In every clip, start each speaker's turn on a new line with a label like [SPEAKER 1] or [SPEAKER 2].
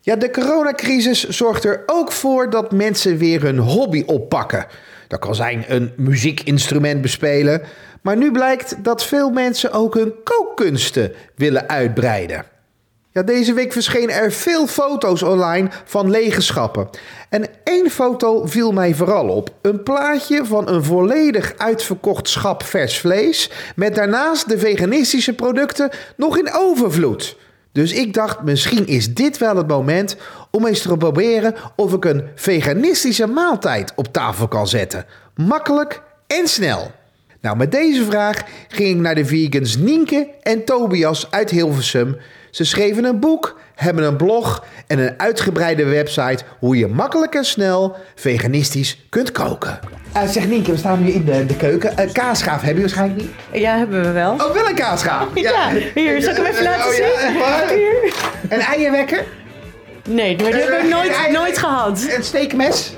[SPEAKER 1] Ja, de coronacrisis zorgt er ook voor dat mensen weer hun hobby oppakken. Dat kan zijn een muziekinstrument bespelen. Maar nu blijkt dat veel mensen ook hun kookkunsten willen uitbreiden. Ja, deze week verschenen er veel foto's online van legenschappen. En één foto viel mij vooral op. Een plaatje van een volledig uitverkocht schap vers vlees... met daarnaast de veganistische producten nog in overvloed. Dus ik dacht, misschien is dit wel het moment om eens te proberen... of ik een veganistische maaltijd op tafel kan zetten. Makkelijk en snel. Nou, met deze vraag ging ik naar de vegans Nienke en Tobias uit Hilversum... Ze schreven een boek, hebben een blog en een uitgebreide website hoe je makkelijk en snel veganistisch kunt koken. Eh zeg Nienke, we staan nu in de, de keuken. Eh, kaasschaaf heb je waarschijnlijk niet.
[SPEAKER 2] Ja, hebben we wel.
[SPEAKER 1] Oh, wel een kaasschaaf.
[SPEAKER 2] Ja, hier, zal ik hem even
[SPEAKER 1] Eh,
[SPEAKER 2] laten
[SPEAKER 1] oh, ja,
[SPEAKER 2] zien?
[SPEAKER 1] echt waar?
[SPEAKER 2] Hier.
[SPEAKER 1] Een eierwekker,
[SPEAKER 2] Nee, maar die hebben we
[SPEAKER 1] Eh,
[SPEAKER 2] nooit,
[SPEAKER 1] eigenlijk-
[SPEAKER 2] nooit gehad.
[SPEAKER 1] een steekmes.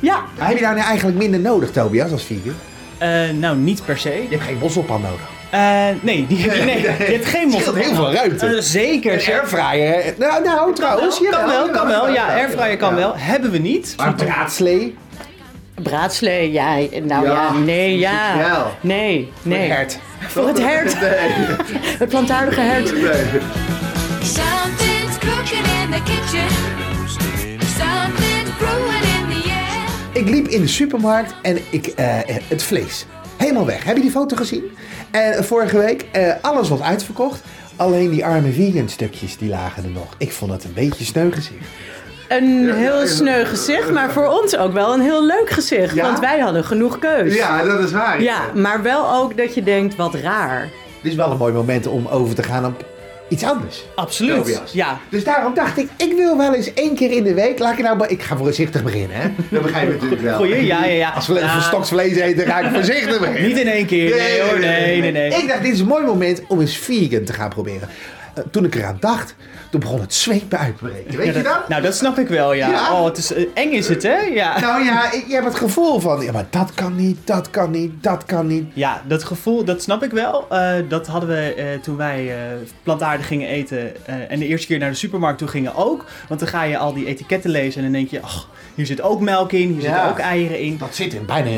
[SPEAKER 2] Ja.
[SPEAKER 1] Maar heb je daar nou eigenlijk minder nodig, Tobias, als vegan?
[SPEAKER 3] Eh, nou, niet per se.
[SPEAKER 1] Je hebt geen bosselpan nodig.
[SPEAKER 3] Eh, nee, die heb je, nee, je hebt
[SPEAKER 1] scheelt
[SPEAKER 3] geen mosterd.
[SPEAKER 1] heel veel ruimte.
[SPEAKER 3] Eh, zeker.
[SPEAKER 1] Een airfryer, hè? Nou, nou trouwens.
[SPEAKER 3] kan wel, kan wel. Ja, airfryer kan
[SPEAKER 1] Ja.
[SPEAKER 3] wel. Hebben we niet.
[SPEAKER 1] Maar een braadslee,
[SPEAKER 2] Braadslee, ja, nou ja,
[SPEAKER 1] Ja,
[SPEAKER 2] nee, ja.
[SPEAKER 1] natuurlijk wel.
[SPEAKER 2] Nee, nee.
[SPEAKER 1] hert.
[SPEAKER 2] Voor het hert. Het plantaardige hert.
[SPEAKER 1] Nee.
[SPEAKER 4] Something's cooking in the kitchen. Something's brewing in the air.
[SPEAKER 1] Ik liep in de supermarkt en ik, eh, het vlees. Helemaal weg. Heb je die foto gezien? En vorige week, eh, alles was uitverkocht. Alleen die arme vegan stukjes, die lagen er nog. Ik vond het een beetje sneu gezicht.
[SPEAKER 2] Een heel sneu gezicht, maar voor ons ook wel een heel leuk gezicht.
[SPEAKER 1] Ja?
[SPEAKER 2] Want wij hadden genoeg keus.
[SPEAKER 1] dat is waar.
[SPEAKER 2] Ja, maar wel ook dat je denkt, wat raar.
[SPEAKER 1] Dit is wel een mooi moment om over te gaan op iets anders.
[SPEAKER 3] Absoluut.
[SPEAKER 1] Tobias.
[SPEAKER 3] Ja.
[SPEAKER 1] Dus daarom dacht ik, ik wil wel eens één keer in de week... Laat ik nou maar... Ik ga voorzichtig beginnen, hè? Dat begrijp je natuurlijk wel.
[SPEAKER 3] Goeie, ja, ja, ja.
[SPEAKER 1] Als we
[SPEAKER 3] Ja,
[SPEAKER 1] van stoksvlees eten, ga ik voorzichtig beginnen.
[SPEAKER 3] Niet in één keer. Nee hoor, nee, nee, nee.
[SPEAKER 1] Ik dacht, dit is een mooi moment om eens vegan te gaan proberen. Eh, toen ik eraan dacht, toen begon het zweet bij uit te breken. Weet je dat?
[SPEAKER 3] Nou, dat snap ik wel, ja.
[SPEAKER 1] Ja.
[SPEAKER 3] Oh, het is, eh, eng is het, hè? Ja.
[SPEAKER 1] Nou ja, ik, je hebt het gevoel van, ja, maar dat kan niet, dat kan niet, dat kan niet.
[SPEAKER 3] Ja, dat gevoel, dat snap ik wel. Eh, dat hadden we eh, toen wij eh, plantaardig gingen eten eh, en de eerste keer naar de supermarkt toe gingen ook. Want dan ga je al die etiketten lezen en dan denk je, ach, hier zit ook melk in, hier
[SPEAKER 1] Ja.
[SPEAKER 3] zitten ook eieren in.
[SPEAKER 1] Dat zit in bijna,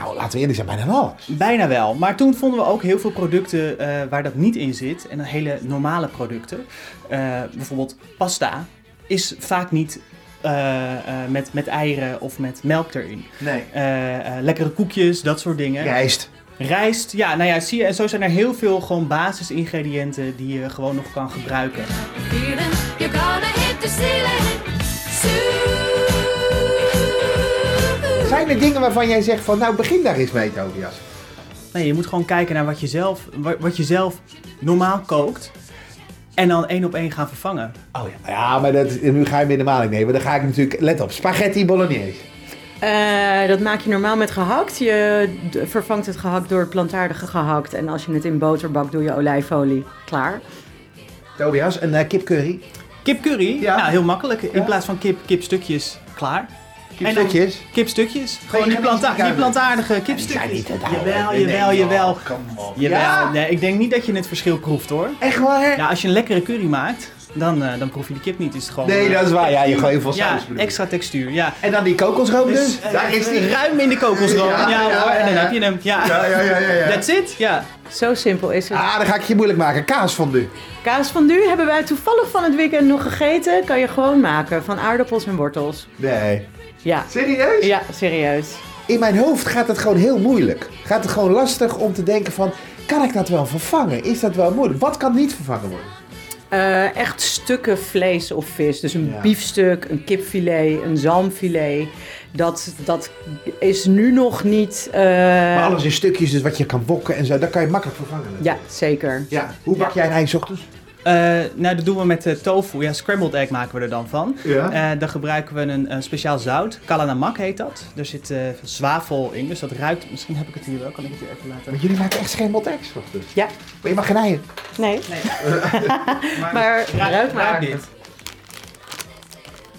[SPEAKER 1] nou laten we eerlijk zijn, bijna in alles.
[SPEAKER 3] Bijna wel. Maar toen vonden we ook heel veel producten eh, waar dat niet in zit. En hele normale producten. Eh, bijvoorbeeld pasta is vaak niet eh, eh, met, met eieren of met melk erin.
[SPEAKER 1] Nee.
[SPEAKER 3] Eh, eh, lekkere koekjes, dat soort dingen.
[SPEAKER 1] Rijst.
[SPEAKER 3] Rijst, ja, nou ja, zie je. En zo zijn er heel veel gewoon basisingrediënten die je gewoon nog kan gebruiken.
[SPEAKER 4] Feeling you're gonna hit the ceiling soon.
[SPEAKER 1] Zijn er dingen waarvan jij zegt van, nou begin daar eens mee, Tobias?
[SPEAKER 3] Nee, je moet gewoon kijken naar wat je zelf, wa- wat je zelf normaal kookt. En dan één op één gaan vervangen.
[SPEAKER 1] Oh ja. Ja, maar dat, nu ga je me in de maling nemen. Dan ga ik natuurlijk, let op, spaghetti bolognese.
[SPEAKER 2] Eh, dat maak je normaal met gehakt. Je d- vervangt het gehakt door het plantaardige gehakt. En als je het in boter bakt, doe je olijfolie. Klaar.
[SPEAKER 1] Tobias, een eh, kipcurry.
[SPEAKER 3] Kipcurry?
[SPEAKER 1] Ja.
[SPEAKER 3] Ja. Nou, heel makkelijk. In
[SPEAKER 1] Ja.
[SPEAKER 3] plaats van kip, kipstukjes, klaar. En dan-
[SPEAKER 1] Kipstukjes.
[SPEAKER 3] Kipstukjes? Gewoon die,
[SPEAKER 1] geen
[SPEAKER 3] planta-
[SPEAKER 1] mensen
[SPEAKER 3] die plantaardige
[SPEAKER 1] Die zijn
[SPEAKER 3] kipstukjes.
[SPEAKER 1] niet te houden.
[SPEAKER 3] jawel,
[SPEAKER 1] Nee,
[SPEAKER 3] jawel,
[SPEAKER 1] nee,
[SPEAKER 3] jawel.
[SPEAKER 1] oh, come on.
[SPEAKER 3] Jawel.
[SPEAKER 1] Ja?
[SPEAKER 3] Nee, ik denk niet dat je het verschil proeft hoor.
[SPEAKER 1] Echt waar?
[SPEAKER 3] Ja, als je een lekkere curry maakt, dan, eh, dan proef je de kip niet. Is het gewoon,
[SPEAKER 1] Nee,
[SPEAKER 3] eh,
[SPEAKER 1] dat is waar. Ja, je gooit heel veel
[SPEAKER 3] ja,
[SPEAKER 1] saus. bedoel ik.
[SPEAKER 3] extra textuur. Ja.
[SPEAKER 1] En dan die kokosroom dus.
[SPEAKER 3] eh,
[SPEAKER 1] Daar is die.
[SPEAKER 3] Ruim in de kokosroom.
[SPEAKER 1] Ja,
[SPEAKER 3] Ja,
[SPEAKER 1] ja,
[SPEAKER 3] hoor, en dan
[SPEAKER 1] ja.
[SPEAKER 3] heb je hem. Ja.
[SPEAKER 1] ja, ja, ja.
[SPEAKER 3] That's it? Ja.
[SPEAKER 2] Zo simpel is het.
[SPEAKER 1] Ah, dan ga ik je moeilijk maken. Kaas van nu.
[SPEAKER 2] Kaas van du hebben wij toevallig van het weekend nog gegeten. Kan je gewoon maken van aardappels en wortels.
[SPEAKER 1] Nee.
[SPEAKER 2] Ja,
[SPEAKER 1] Serieus?
[SPEAKER 2] ja serieus.
[SPEAKER 1] In mijn hoofd gaat het gewoon heel moeilijk. Gaat het gewoon lastig om te denken van... Kan ik dat wel vervangen? Is dat wel moeilijk? Wat kan niet vervangen worden?
[SPEAKER 2] Eh, echt stukken vlees of vis. Dus een
[SPEAKER 1] Ja.
[SPEAKER 2] biefstuk, een kipfilet, een zalmfilet. Dat, dat is nu nog niet... eh,
[SPEAKER 1] Maar alles in stukjes, dus wat je kan wokken en zo. Dat kan je makkelijk vervangen.
[SPEAKER 2] Ja, zeker.
[SPEAKER 1] ja. Hoe bak jij een ei 's ochtends?
[SPEAKER 3] Eh, nou, dat doen we met eh, tofu. Ja, scrambled egg maken we er dan van.
[SPEAKER 1] Ja.
[SPEAKER 3] Eh, dan gebruiken we een, eh, speciaal zout. Kalanamak heet dat. Er zit eh, zwavel in, dus dat ruikt... Misschien heb ik het hier wel. Kan ik het hier even laten...
[SPEAKER 1] Want jullie maken echt geen eggs ochtends.
[SPEAKER 2] Ja,
[SPEAKER 1] Maar je mag geen eieren.
[SPEAKER 2] nee. maar ruik maar.
[SPEAKER 3] dit.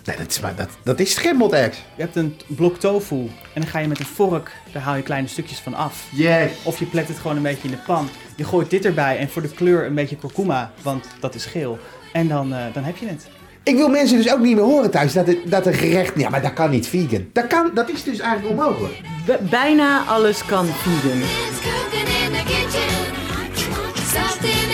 [SPEAKER 1] Nee, dat is, maar dat, dat is scrambled eggs.
[SPEAKER 3] Je hebt een t- blok tofu en dan ga je met een vork, daar haal je kleine stukjes van af.
[SPEAKER 1] Yes.
[SPEAKER 3] Of je plet het gewoon een beetje in de pan. Je gooit dit erbij en voor de kleur een beetje kurkuma, want dat is geel. En dan, eh, dan heb je het.
[SPEAKER 1] Ik wil mensen dus ook niet meer horen thuis dat, het, dat een gerecht... Ja, maar dat kan niet vegan. Dat, kan, dat is dus eigenlijk onmogelijk.
[SPEAKER 2] B- bijna alles kan vegan.
[SPEAKER 4] Something